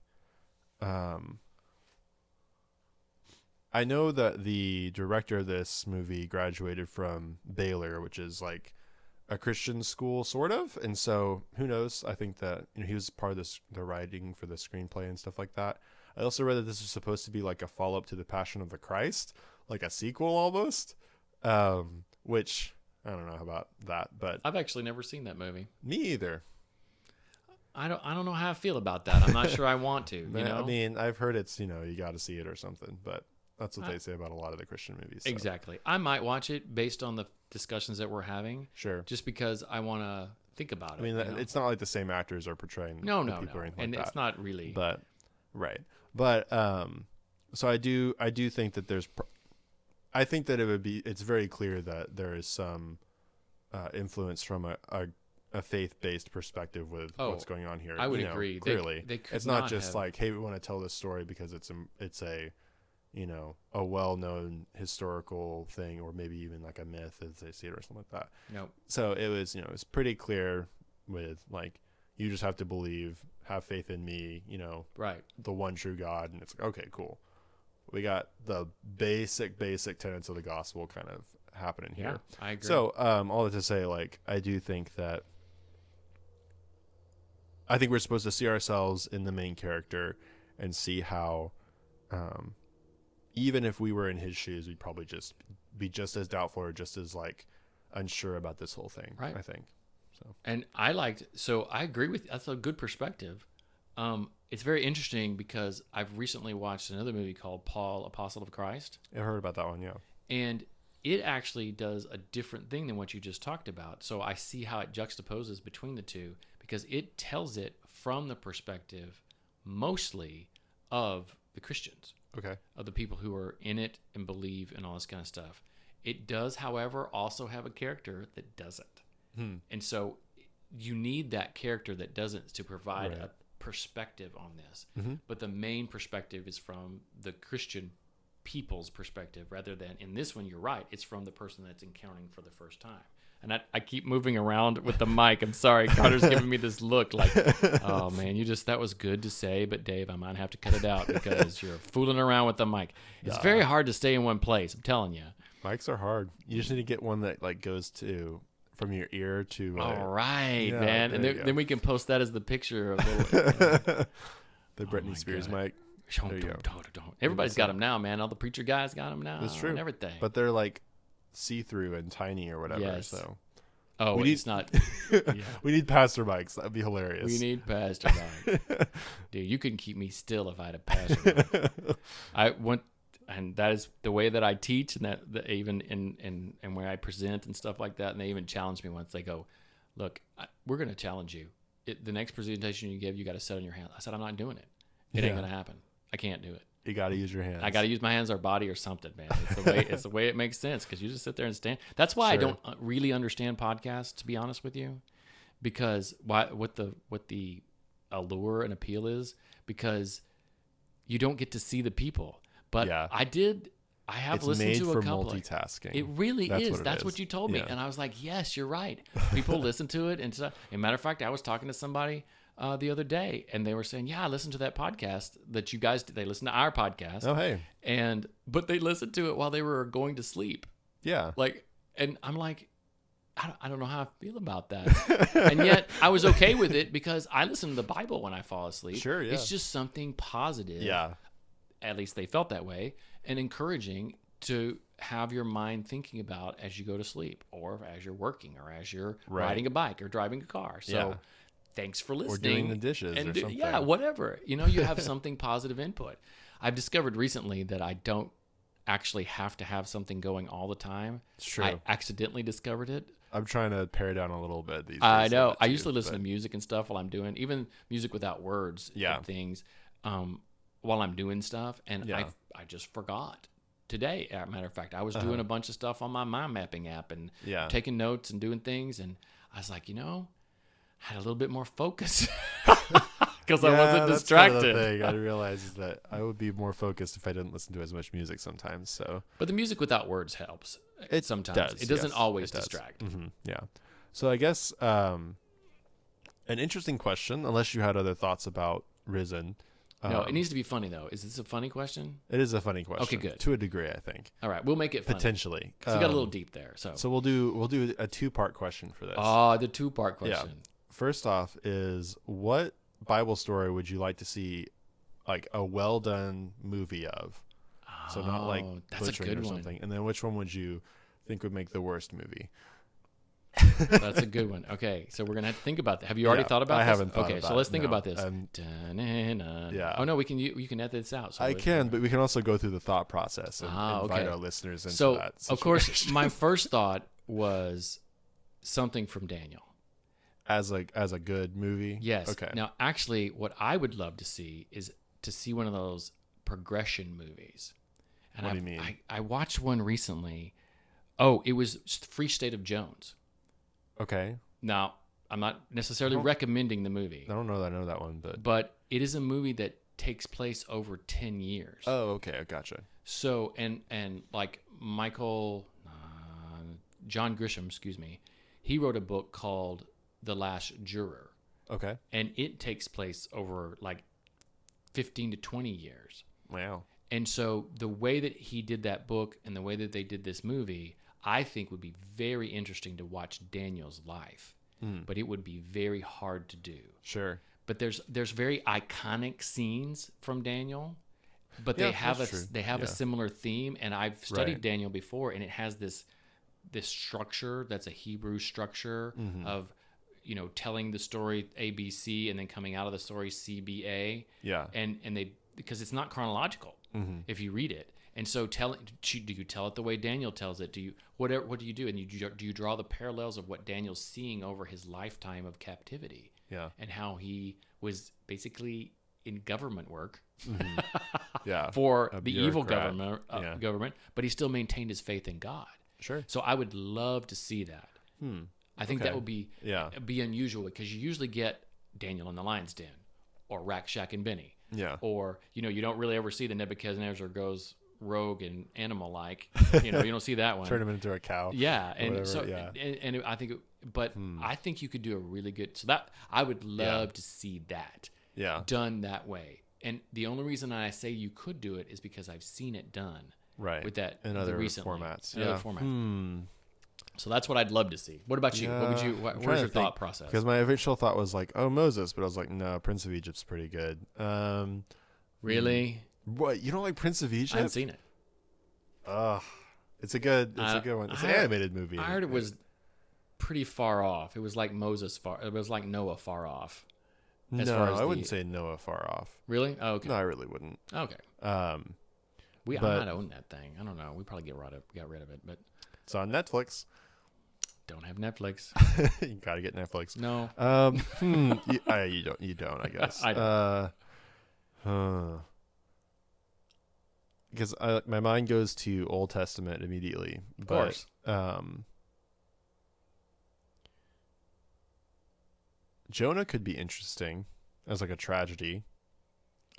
um, I know that the director of this movie graduated from Baylor, which is like a Christian school, sort of. And so, who knows? I think that you know he was part of this the writing for the screenplay and stuff like that. I also read that this was supposed to be like a follow up to the Passion of the Christ, like a sequel almost. Um, which I don't know about that, but I've actually never seen that movie. me either. I don't. I don't know how I feel about that. I'm not sure I want [laughs] to. You Yeah, know. I mean, I've heard it's you know you got to see it or something, but that's what I- they say about a lot of the Christian movies. so- exactly. I might watch it based on the discussions that we're having, Sure. just because I want to think about it. I mean, you that- know? it's not like the same actors are portraying no, the no, people no, or anything and like it's that. not really. but right, but um, so I do I do think that there's, pr- I think that it would be it's very clear that there is some uh, influence from a. a a faith-based perspective with Oh, what's going on here. I would you know, agree. They- Clearly, they could it's not, not just have- like, hey, we want to tell this story because it's a, it's a you know, a well known historical thing or maybe even like a myth as they see it or something like that. no, So it was, you know, it's pretty clear with like you just have to believe, have faith in me, you know, right. the one true God and it's like, okay, cool. We got the basic, basic tenets of the gospel kind of happening Yeah, here. I agree. So, um, all that to say, like, I do think that I think we're supposed to see ourselves in the main character and see how, um, even if we were in his shoes, we'd probably just be just as doubtful or just as like unsure about this whole thing. Right. I think. and I liked. So I agree with. That's a good perspective. Um, it's very interesting because I've recently watched another movie called Paul, Apostle of Christ, I heard about that one. Yeah. and it actually does a different thing than what you just talked about. So I see how it juxtaposes between the two because it tells it from the perspective mostly of the Christians Okay. of the people who are in it and believe and all this kind of stuff. It does, however, also have a character that doesn't. Hmm. And so you need that character that doesn't to provide Right. a perspective on this. Mhm. But the main perspective is from the Christian people's perspective rather than in this one, you're right, it's from the person that's encountering for the first time. And I, I keep moving around with the mic. I'm sorry. Carter's giving me this look like, [laughs] oh man, you just, that was good to say, but Dave, I might have to cut it out [laughs] because you're fooling around with the mic. It's very hard to stay in one place. I'm telling you. Mics are hard. You just need to get one that like goes to from your ear to. uh, All right, Yeah, man. there And you then, go. then we can post that as the picture of little, [laughs] the Britney Oh my Spears God. mic. There you go. Everybody's got them now, man. All the preacher guys got them now. That's true. And everything. But they're like see through and tiny or whatever. Yes. So oh, we need- it's not. we need pastor mics. That'd be hilarious. We need [laughs] pastor Mike. Dude, you couldn't keep me still if I had a pastor. [laughs] Mike. I want, and that is the way that I teach, and that, that even in and and where I present and stuff like that. And they even challenge me once. They go, "Look, I, we're going to challenge you. It, the next presentation you give, you got to set on your hand." I said, "I'm not doing it. It Yeah. ain't going to happen. I can't do it." You got to use your hands. I got to use my hands or body or something, man. It's the way it's the way it makes sense because you just sit there and stand. That's why I Sure. don't uh, really understand podcasts, to be honest with you, because why what the what the allure and appeal is because you don't get to see the people. But Yeah. I did. I have It's listened made to a for couple. multitasking. It really That's is. what it That's is. what you told me, Yeah. and I was like, "Yes, you're right." People listen to it, and stuff. And matter of fact, I was talking to somebody uh, the other day, and they were saying, "Yeah, I listened to that podcast that you guys did. They listened to our podcast, oh hey, and but they listened to it while they were going to sleep yeah. like and i'm like i don't, I don't know how i feel about [laughs] that and yet i was okay with it because i listen to the bible when i fall asleep Sure, yeah. it's just something positive Yeah. at least they felt that way and encouraging to have your mind thinking about as you go to sleep or as you're working or as you're Right. riding a bike or driving a car so Yeah. thanks for listening Or doing the dishes or do- something. uh, yeah whatever you know you have something [laughs] positive input i've discovered recently that i don't actually have to have something going all the time It's true. i accidentally discovered it I'm trying to pare down a little bit these days. i know of it i too, usually listen but- to music and stuff while i'm doing even music without words Yeah. and things um, while i'm doing stuff and Yeah. I, I just forgot today as a matter of fact i was Uh-huh. doing a bunch of stuff on my mind mapping app and Yeah. taking notes and doing things and i was like you know I had a little bit more [laughs] focus [laughs] because i wasn't that's kind of distracted the [laughs] thing I realize is that I would be more focused if I didn't listen to as much music sometimes. So But the music without words helps. It sometimes does, it doesn't yes, always it does. distract. Mhm, yeah. So I guess um, an interesting question, unless you had other thoughts about Risen. No, um, it needs to be funny though. Is this a funny question? it is a funny question. good. To a degree, I think All right, we'll make it funny. potentially. 'Cause we got a little Um, deep there. So, So we'll do we'll do a two part question for this. ah, the two part question. First off, is what Bible story would you like to see, like a well done movie of? So not like Oh, that's a butchering good or one. something. And then which one would you think would make the worst movie? That's a good one. Okay, so we're gonna have to think about that. Have you already Yeah, thought about I this? haven't thought okay, about so it, let's think no. about this. Um, Da-na-na. yeah. Oh no, we can you, you can edit this out. So I we- can, but we can also go through the thought process and Ah, invite okay. our listeners into So that. of course, situation. [laughs] my first thought was something from Daniel. as a as a good movie. Yes. Okay. Now, actually, what I would love to see is to see one of those progression movies. And What I've- do you mean? I, I watched one recently. Oh, it was Free State of Jones. okay. Now, I'm not necessarily don't- recommending the movie, I don't know that I know that one, but but it is a movie that takes place over 10 years. oh, okay, I gotcha. So and and like Michael uh, John Grisham, excuse me, he wrote a book called The Last Juror. Okay. and it takes place over like 15 to 20 years. Wow. And so the way that he did that book and the way that they did this movie, I think would be very interesting to watch Daniel's life. Mm. But it would be very hard to do. Sure. But there's there's very iconic scenes from Daniel, but Yeah, they have a that's true. they have a Yeah. similar theme and I've studied Right. Daniel Mm-hmm. before and it has this this structure that's a Hebrew structure of you know telling the story ABC and then coming out of the story CBA Yeah. and and they because it's not chronological Mm-hmm. if you read it and so tell do you tell it the way daniel tells it do you whatever what do you do and you do you draw the parallels of what daniel's seeing over his lifetime of captivity Yeah. and how he was basically in government work [laughs] Yeah. for A the evil bureaucrat. government uh, Yeah. government but he still maintained his faith in god Sure. so i would love to see that Hmm. i think that would be Yeah. be unusual because you usually get daniel in the lion's den or rack shack and benny Yeah. or you know you don't really ever see the Nebuchadnezzar goes rogue and animal [laughs] like you know you don't see that one Turn him into a cow. yeah and whatever, so yeah. Hmm. and, and I think it- but I think you could do a really good so that I would love to see that Yeah. done that way and the only reason I say you could do it is because I've seen it done Right. with that in the other recently, formats. in other Yeah. Hmm. formats so that's what I'd love to see what about you what would you Yeah, I'm what, trying where's to your thought think, process Because my initial thought was like, oh Moses, but I was like, no, Prince of Egypt's pretty good. Um, really what you don't like Prince of I haven't Egypt? seen it Ugh, it's a good, it's I- a good one. It's I an heard- animated movie. I heard it was pretty far off. It was like Moses far. It was like Noah far off. No, as far as I wouldn't the- say Noah far off. Really? Oh, okay. No, I really wouldn't. Okay. Um, We But- I might own that thing. I don't know. We probably get rid of got rid of it, but it's on Netflix. [laughs] don't have Netflix. you gotta get Netflix. No. [laughs] Um, hmm, you, I, you don't. You don't. I guess. [laughs] I don't. Uh, huh. Because I, my mind goes to Old Testament immediately. Of course. Um, Jonah could be interesting as like a tragedy.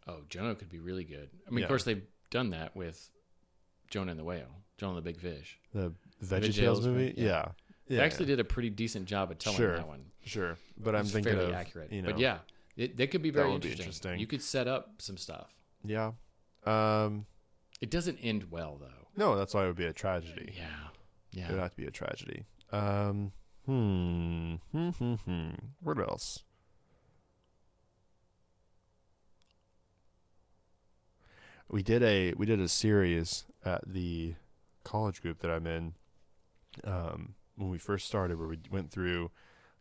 Oh, Jonah could be really good. I mean, Yeah. of course they've done that with Jonah and the whale, Jonah and the big fish. The Tales VeggieTales movie. movie, Yeah. yeah. yeah. they actually did a pretty decent job at telling Sure. that one. Sure. But I'm It's thinking fairly of, accurate. You know, but yeah, it, that could be very would be interesting. interesting. You could set up some stuff. Yeah. Um. It doesn't end well though. No, that's why it would be a tragedy. Yeah. It would Yeah. have to be a tragedy. Um, hmm. Hmm, hmm, hmm. What else? We did a we did a series at the college group that I'm in um, when we first started, where we went through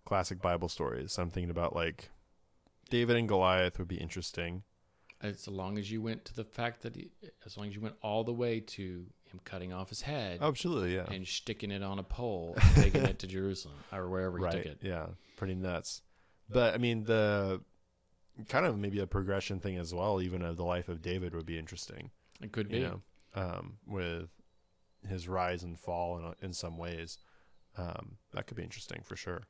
classic Bible stories. So I'm thinking about like David and Goliath would be interesting. As long as you went to the fact that, he, as long as you went all the way to him cutting off his head, Absolutely, Oh, yeah, and sticking it on a pole and taking it to [laughs] Jerusalem or wherever he took right, it. yeah, pretty nuts. But I mean the kind of maybe a progression thing as well, even of the life of David would be interesting. It could be. you know, um, with his rise and fall in, in some ways. Um, that could be interesting for sure.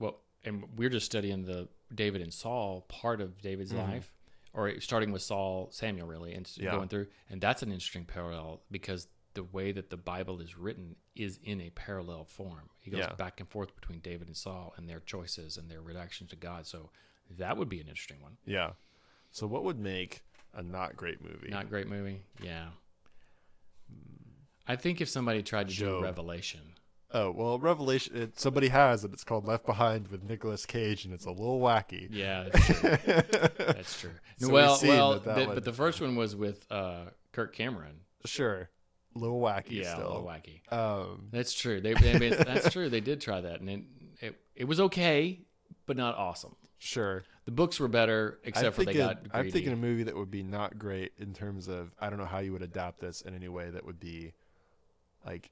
Well, and we're just studying the David and Saul part of David's life, or starting with Saul, Samuel, really, and s- Mm-hmm. Yeah. going through. And that's an interesting parallel because the way that the Bible is written is in a parallel form. He goes Yeah. back and forth between David and Saul and their choices and their reactions to God. So that would be an interesting one. Yeah. So what would make a not great movie? Not great movie. Yeah. I think if somebody tried to Job. do Revelation, oh well, Revelation. It, somebody has it. It's called Left Behind with Nicolas Cage, and it's a little wacky. [laughs] [laughs] Yeah, that's true. that's true. So well, we've seen well, that that the- one- but the first one was with uh, Kirk Cameron. Sure, a little wacky Yeah, still. a little wacky. Um, That's true. They, they made- that's true. They did try that, and it, it it was okay, but not awesome. sure. The books were better, except for I'm they thinking, got. Greedy. I'm thinking a movie that would be not great in terms of I don't know how you would adapt this in any way that would be like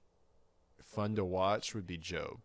fun to watch would be Job.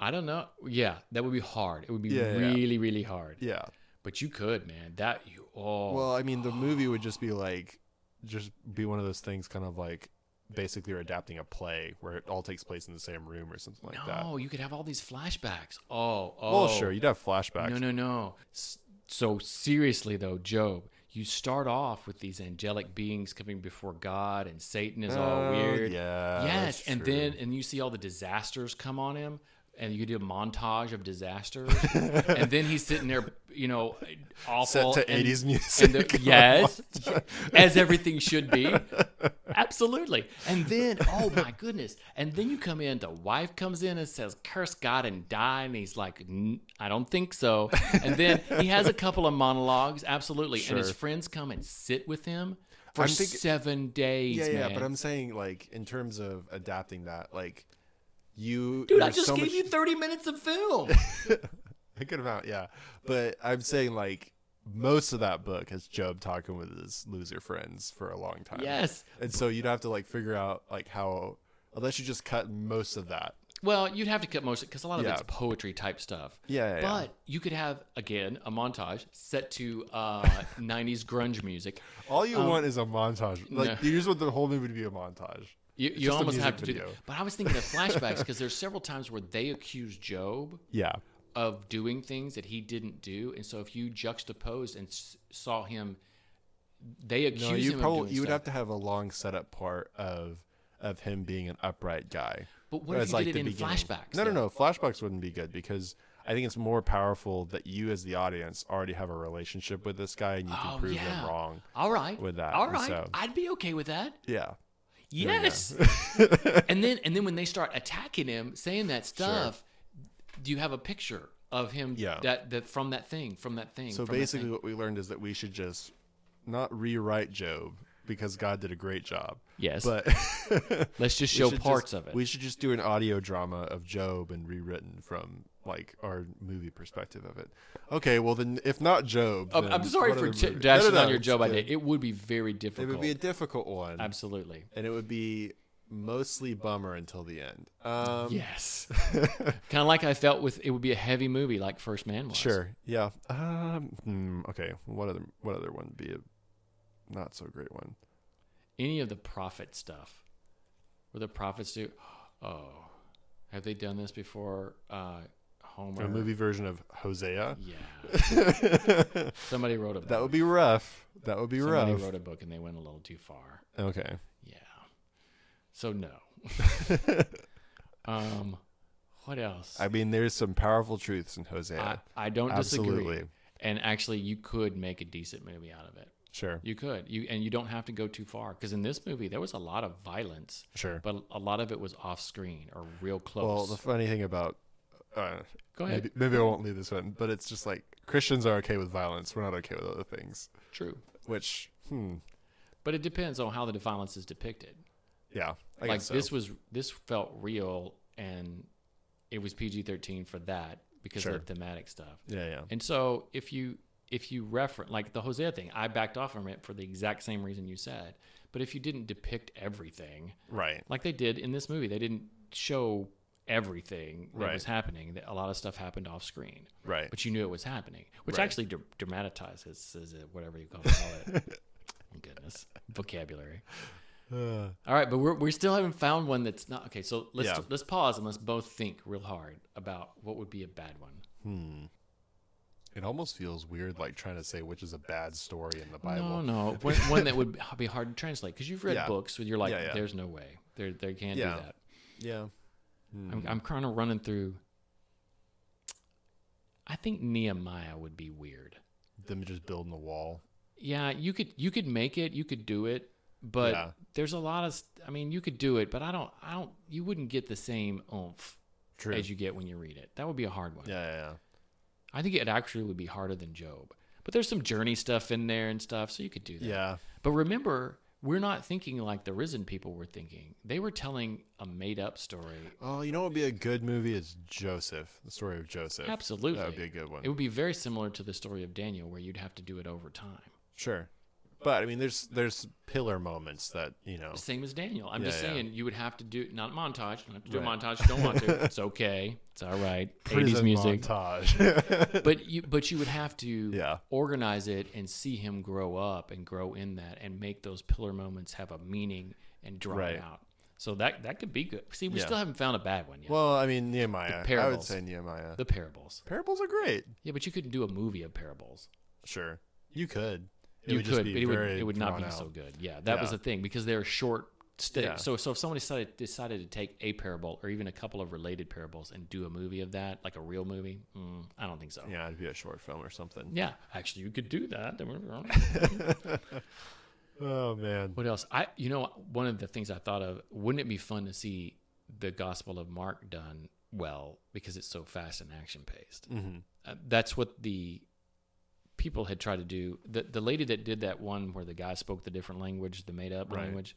I don't know. Yeah, that would be hard. It would be Yeah, yeah. really, really hard. Yeah. But you could, man. That you. Oh, Well, I mean the movie would just be like just be one of those things kind of like basically you're adapting a play where it all takes place in the same room or something like that. no, you could have all these flashbacks. Oh, oh. Well, sure, you'd have flashbacks. No, no, no. S- So seriously though, Job, you start off with these angelic beings coming before God, and Satan is all Oh, weird. Yeah. yes, that's and true. then and you see all the disasters come on him, and you do a montage of [laughs] disasters, and then he's sitting there, you know, set awful to and- 80s and music. [laughs] [laughs] the- yes, as everything should be. Absolutely. And then, oh my goodness. And then you come in, the wife comes in and says, Curse God and die. And he's like, "N- I don't think so. And then he has a couple of monologues. Absolutely. And his Sure. friends come and sit with him for I'm thinking- seven days. yeah, yeah, man. but I'm saying like in terms of adapting that, like you Dude, I there's just so gave much- you 30 minutes of [laughs] film. a good amount, yeah. But I'm saying like most of that book has Job talking with his loser friends for a long time. yes. And so you'd have to like figure out like how unless you just cut most of that. Well, you'd have to cut most because a lot of Yeah. it's poetry type stuff. Yeah, yeah, yeah. But you could have again a montage set to uh, [laughs] '90s grunge music. All you um, want is a montage. Like you just want the whole movie to be a montage. You, you just a almost music have to do. video. That. But I was thinking of [laughs] flashbacks because there's several times where they accuse Job Yeah. of doing things that he didn't do, and so if you juxtaposed and s- saw him, they accuse No, you him of probably doing you would stuff. have to have a long setup part of of him being an upright guy. But what if As, you did it the in flashbacks, No, no, though? no. Flashbacks wouldn't be good because I think it's more powerful that you, as the audience, already have a relationship with this guy and you can Oh, prove yeah. them wrong. All right, with that, All right, so- I'd be okay with that. Yeah. we go. [laughs] Yes. and then and then when they start attacking him, saying that stuff, do you have a picture of him Yeah. that, that from that thing, from that thing. So from that basically, thing. what we learned is that we should just not rewrite Job because God did a great job. Yes. But [laughs] let's just we show should parts just- of it. We should just do an audio drama of Job and rewritten from like our movie perspective of it. Okay, well then, if not Job, I'm, then Oh, I'm sorry what for other ch- movie? dashing No, no, no, on your it's job good. idea. It would be very It difficult. would be a difficult one, Absolutely. and it would be mostly bummer until the end. Um, [laughs] [laughs] Yes. kind of like I felt with it would be a heavy movie like First Man was. Sure. Yeah. Um, hmm, okay. What other What other one would be a not so great one? Any of the prophet stuff. Where the prophets do [gasps] oh. Have they done this before? Uh Homer. A movie version of Hosea. Yeah. [laughs] Somebody wrote a book. That would be rough. That would be Somebody rough. wrote a book and they went a little too far. Okay. Yeah. So [laughs] no. um, what else? I mean, there's some powerful truths in Hosea. I, I don't disagree. absolutely. And actually, you could make a decent movie out of it. sure. You could. You and you don't have to go too far because in this movie there was a lot of violence, Sure. but a lot of it was off screen or real close. Well, the funny thing about uh, go ahead. maybe, maybe I won't leave this one, but it's just like Christians are okay with violence. We're not okay with other things. True. Which, hmm, But it depends on how the violence is depicted. yeah, I like guess so. this was this felt real and it was PG-13 for that because Sure. of the thematic stuff. Yeah, yeah. And so if you if you reference like the Hosea thing, I backed off from it for the exact same reason you said. But if you didn't depict everything Right. like they did in this movie, they didn't show everything that Right. was happening. That a lot of stuff happened off screen, Right. but you knew it was happening, which Right. actually dr- dramatizes is it, whatever you call it. [laughs] Goodness, vocabulary. Uh, All right, but we're, we still haven't found one that's not okay. So let's Yeah. let's pause and let's both think real hard about what would be a bad one. hmm. It almost feels weird, like trying to say which is a bad story in the No, Bible. [laughs] no, one, one that would be hard to translate because you've read Yeah. books where you're like, Yeah, yeah. "There's no way, there they can't Yeah. Hmm. do that." Yeah. I'm, I'm kind of running through. I think Nehemiah would be weird. Them just building a wall. Yeah, you could you could make it, you could do it, but Yeah. there's a lot of. st- I mean, you could do it, but I don't. I don't. You wouldn't get the same oomph True. as you get when you read it. That would be a hard one. yeah, yeah, yeah. I think it actually would be harder than Job. But there's some journey stuff in there and stuff, so you could do that. Yeah. But remember, we're not thinking like the risen people were thinking. They were telling a made up story. Oh, you know what would be a good movie is Joseph, the story of Joseph. Absolutely. That would be a good one. It would be very similar to the story of Daniel where you'd have to do it over time. Sure. But I mean there's there's pillar moments that, you know. Same as Daniel. I'm Yeah, just yeah. saying you would have to do not montage, not do a Right. montage, you don't want to. It's okay. It's all [laughs] right. 80s prison music. montage. [laughs] but you but you would have to Yeah. organize it and see him grow up and grow in that and make those pillar moments have a meaning and drawn Right. out. So that that could be good. See, we Yeah. still haven't found a bad one yet. well, I mean Nehemiah. I would parables. say Nehemiah. the parables. parables are great. Yeah, but you couldn't do a movie of parables. Sure. You could. It you would could, just but be it would very it would not drawn be out. so good. Yeah, that was Yeah. the thing because they're short stick. Yeah. So so if somebody decided, decided to take a parable or even a couple of related parables and do a movie of that, like a real movie, mm, I don't think so. Yeah, it'd be a short film or something. yeah, actually, you could do that. Oh man. What else? I you know one of the things I thought of. Wouldn't it be fun to see the Gospel of Mark done well because it's so fast and action paced? Mm-hmm. Uh, that's what the people had tried to do. The the lady that did that one where the guy spoke the different language, the made up Right. language.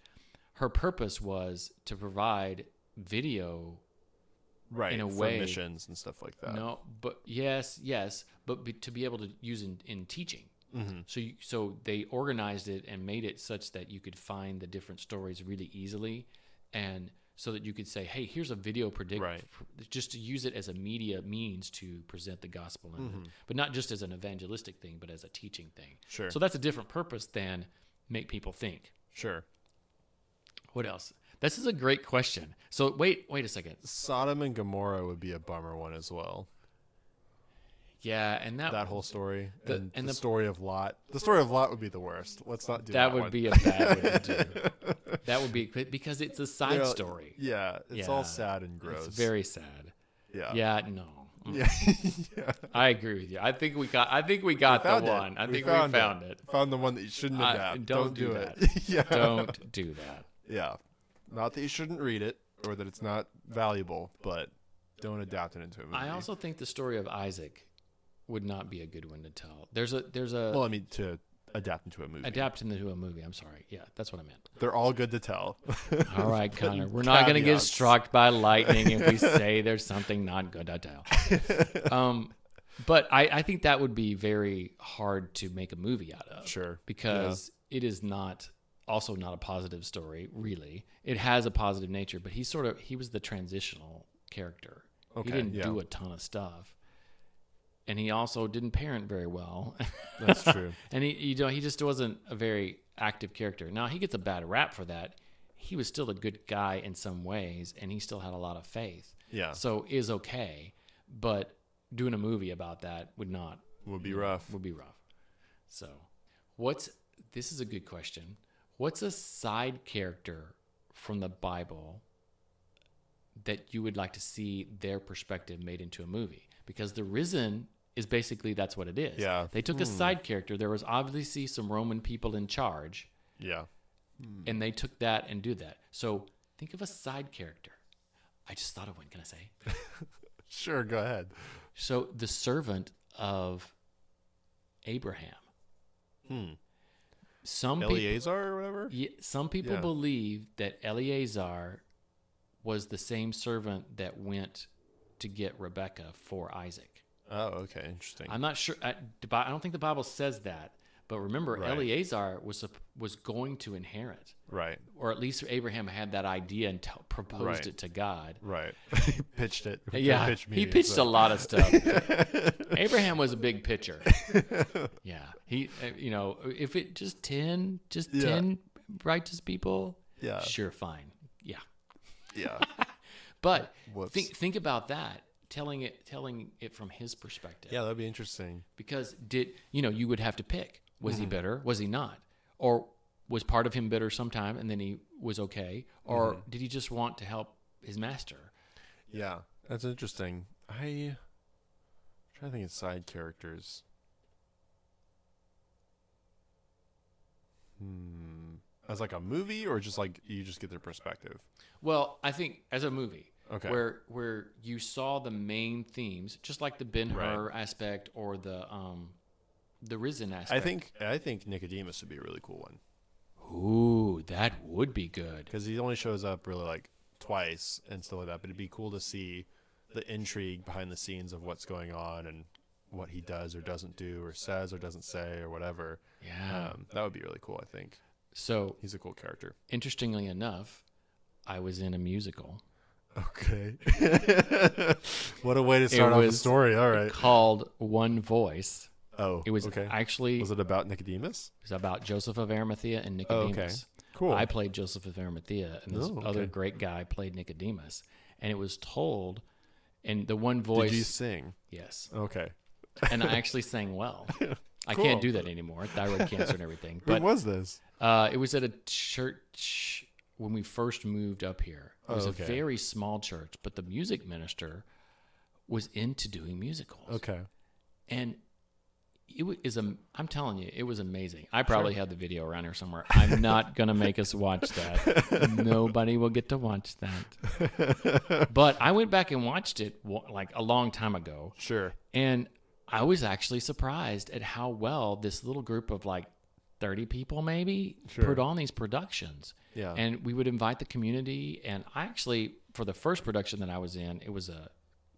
Her purpose was to provide video right in a for way- missions and stuff like that. No, but yes, yes, but be, to be able to use in, in teaching. Mm-hmm. So you, so they organized it and made it such that you could find the different stories really easily, and so that you could say, "Hey, here's a video predict," Right. pr- just to use it as a media means to present the gospel, in Mm-hmm. it. but not just as an evangelistic thing, but as a teaching thing. Sure. So that's a different purpose than make people think. Sure. What else? This is a great question. So wait, wait a second. Sodom and Gomorrah would be a bummer one as well. Yeah, and that That whole story The- and, and the, the- story of Lot. The story of Lot would be the worst. Let's not do that. that would one. be a bad way to do. [laughs] it. That would be because it's a side You know, story. Yeah, it's Yeah. all sad and gross. It's very sad. yeah. Yeah, no. Mm, Yeah. [laughs] yeah. I agree with you. I think we got. I think we got the Found it. one. I think we found it. Found the one that you shouldn't have I- had. don't do do it. [laughs] yeah. [laughs] Don't do that. Yeah. Not that you shouldn't read it or that it's not valuable, but don't adapt it into a movie. I also think the story of Isaac would not be a good one to tell. There's a there's a well, I mean to adapt into a movie. adapt into a movie. I'm sorry. Yeah, that's what I meant. They're all good to tell. All right, Connor. We're not going to get caveats. struck by lightning if we say there's something not good to tell. [laughs] Um, but I, I think that would be very hard to make a movie out of. Sure. Because it is not also not a positive story, really. It has a positive nature, but he sort of he was the transitional character. Okay, he didn't yeah. do a ton of stuff. And he also didn't parent very well. [laughs] [laughs] That's true. And he, you know, he just wasn't a very active character. Now he gets a bad rap for that. He was still a good guy in some ways, and he still had a lot of faith. Yeah. So is okay, but doing a movie about that would not Would be rough. would be rough. So, what's this is a good question. What's a side character from the Bible that you would like to see their perspective made into a movie? Because the risen is basically that's what it is. Yeah. They took a side character. There was obviously some Roman people in charge, Yeah. and they took that and do that. So think of a side character. I just thought of one. Can I say? Sure, go ahead. So the servant of Abraham. Hmm. Some people, Eleazar or whatever? Ye- some people Yeah. believe that Eleazar was the same servant that went to get Rebecca for Isaac. Oh, okay. Interesting. I'm not sure. I, the Bi- I don't think the Bible says that, but remember, Right. Eleazar was sup- was going to inherit, right. or at least Abraham had that idea and tel- proposed Right. it to God. [laughs] Right. [laughs] he pitched it. Yeah, Pitch he meeting, pitched so- a lot of [laughs] stuff. Abraham was a big pitcher. Yeah, he, uh, you know, if it just ten, just Yeah. ten righteous people, Yeah. sure, fine, yeah. [laughs] Yeah. But Whoops. think think about that, telling it telling it from his perspective. Yeah, that'd be interesting. Because did you know you would have to pick was Mm-hmm. he better, was he not, or was part of him better sometime and then he was okay, or Mm-hmm. did he just want to help his master? Yeah, that's interesting. I i trying to think of side characters. Hmm. As like a movie, or just like you just get their perspective. Well, I think as a movie, Okay. where where you saw the main themes, just like the Ben Hur aspect or the um, the Risen aspect. I think I think Nicodemus would be a really cool one Ooh, that would be good. because he only shows up really like twice and stuff like that. But it'd be cool to see the intrigue behind the scenes of what's going on and what he does or doesn't do or says or doesn't say or whatever. Yeah. Um, that would be really cool. I think so he's a cool character. interestingly enough, I was in a musical Okay. [laughs] what a way to start off the was- story. All right. called One Voice. Oh, It was okay. actually was it it about Nicodemus? was about Joseph of Arimathea and Oh, Nicodemus. okay. Cool. I played Joseph of Arimathea, and this Oh, okay. other great guy played Nicodemus. And it was told, and the one voice, Did you sing? yes, Okay. and I actually sang well. I [laughs] Cool. can't do that anymore, thyroid cancer and [laughs] everything. Who But was this? Uh, it was at a church when we first moved up here. It was okay. a very small church, but the music minister was into doing musicals, Okay. and it wa- is a. I'm telling you, it was amazing. I probably have the video around here somewhere. I'm [laughs] not gonna make us watch that. Nobody will get to watch that. [laughs] But I went back and watched it wa- like a long time ago, Sure. and I was actually surprised at how well this little group of like 30 people maybe Sure. put on these productions. Yeah. And we would invite the community. And I actually, for the first production that I was in, it was a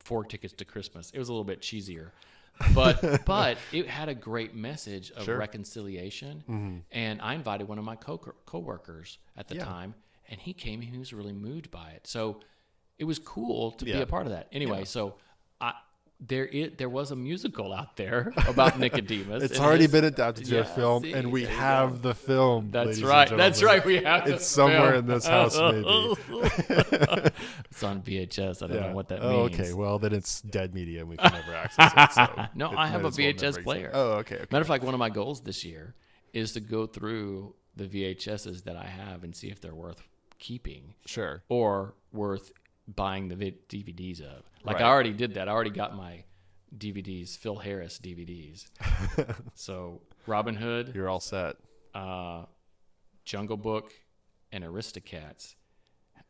four tickets to Christmas. It was a little bit cheesier, [laughs] but but it had a great message of Sure. Mm-hmm. reconciliation. And I invited one of my co coworkers at the Yeah. time, and he came and he was really moved by it. So it was cool to be Yeah. a part of that. Anyway, so I. There, it, there was a musical out there [laughs] about Nicodemus. It's and already his- been adapted to a Yeah, film, see, and we there you have the film. ladies That's and right. That's gentlemen. right. We have It's the somewhere film. in this house, [laughs] maybe. it's on VHS. I don't know what that oh, means. okay. Well, then it's dead media, and we can never access [laughs] it. So No, it I have a might as well never VHS exist. player. Oh, okay. okay. Matter of fact, one of my goals this year is to go through the VHSs that I have and see if they're worth keeping Sure. or worth buying the vi- DVDs of. Like Right. I already did that. I already got my DVDs, Phil Harris [laughs] DVDs. so Robin Hood, You're all set. uh, Jungle Book, and Aristocats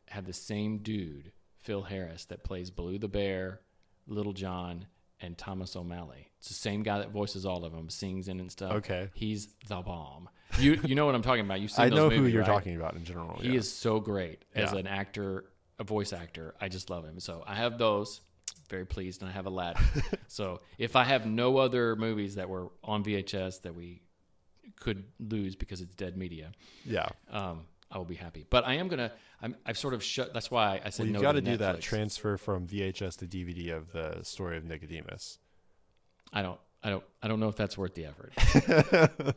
have the same dude, Phil Harris, that plays Baloo the Bear, Little John, and Thomas O'Malley. It's the same guy that voices all of them, sings in and stuff. Okay. he's the bomb. You you know what I'm talking about? You've seen I those know who movies, you're right? talking about in general. He yeah. is so great as Yeah. an actor, a voice actor. I just love him. So I have those. Very pleased, and I have [laughs] Aladdin. so if I have no other movies that were on VHS that we could lose because it's dead media, Yeah. um, I will be happy. But I am gonna. I'm, I've sort of shut. That's why I said Well, you've no. got to to do that Netflix. transfer from VHS to DVD of the story of Nicodemus. I don't. I don't. I don't know if that's worth the [laughs] effort.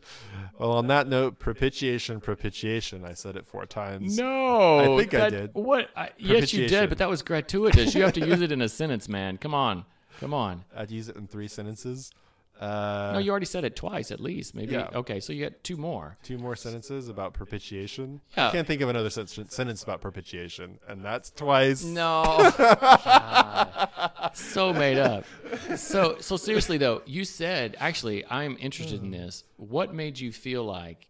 well, on that note, propitiation, propitiation. I said it four times. No, I think I that- did. What? I, yes, you Propitiation. did, but that was gratuitous. You have [laughs] to use it in a sentence, man. Come on, come on. I'd use it in three sentences. Uh, No, you already said it twice at least. Maybe Yeah. okay. So you got two more. two more sentences about propitiation. Yeah. I can't think of another sen- sentence about propitiation, and that's twice. No, [laughs] so made up. So so seriously though, you said actually I'm interested in this. What made you feel like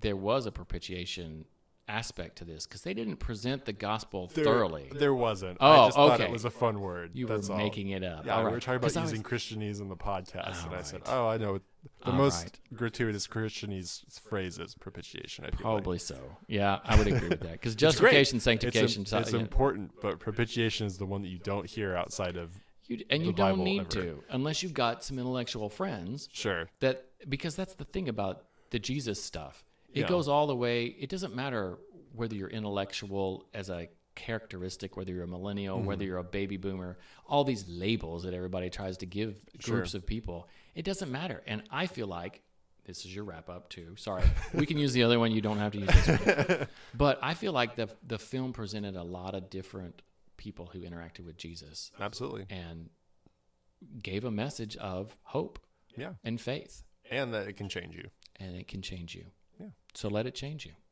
there was a propitiation aspect to this? Because they didn't present the gospel There- thoroughly. There wasn't. I Oh, just thought it okay. was a fun word. you were that's all. making it up. Yeah, All we right. were talking about 'Cause I was- using Christianese in the podcast, and I said, Alright. "Oh, I know the Alright. most gratuitous Christianese phrase is propitiation." I feel like. Probably so. Yeah, I would agree with that. [laughs] Because justification, It's, sanctification, im- so- it's yeah. important, but propitiation is the one that you don't hear outside of. You- and the you don't Bible need ever. to unless you've got some intellectual friends Sure. that because that's the thing about the Jesus stuff. It Yeah. goes all the way. It doesn't matter whether you're intellectual as a characteristic, whether you're a millennial, whether you're a baby boomer, all these labels that everybody tries to give groups of people. It doesn't matter. And I feel like this is your wrap up too. Sorry. we can use the other one. You don't have to use this one. But I feel like the the film presented a lot of different people who interacted with Jesus Absolutely. and gave a message of hope Yeah. and faith And that it can change you. and it can change you. Yeah. So let it change you.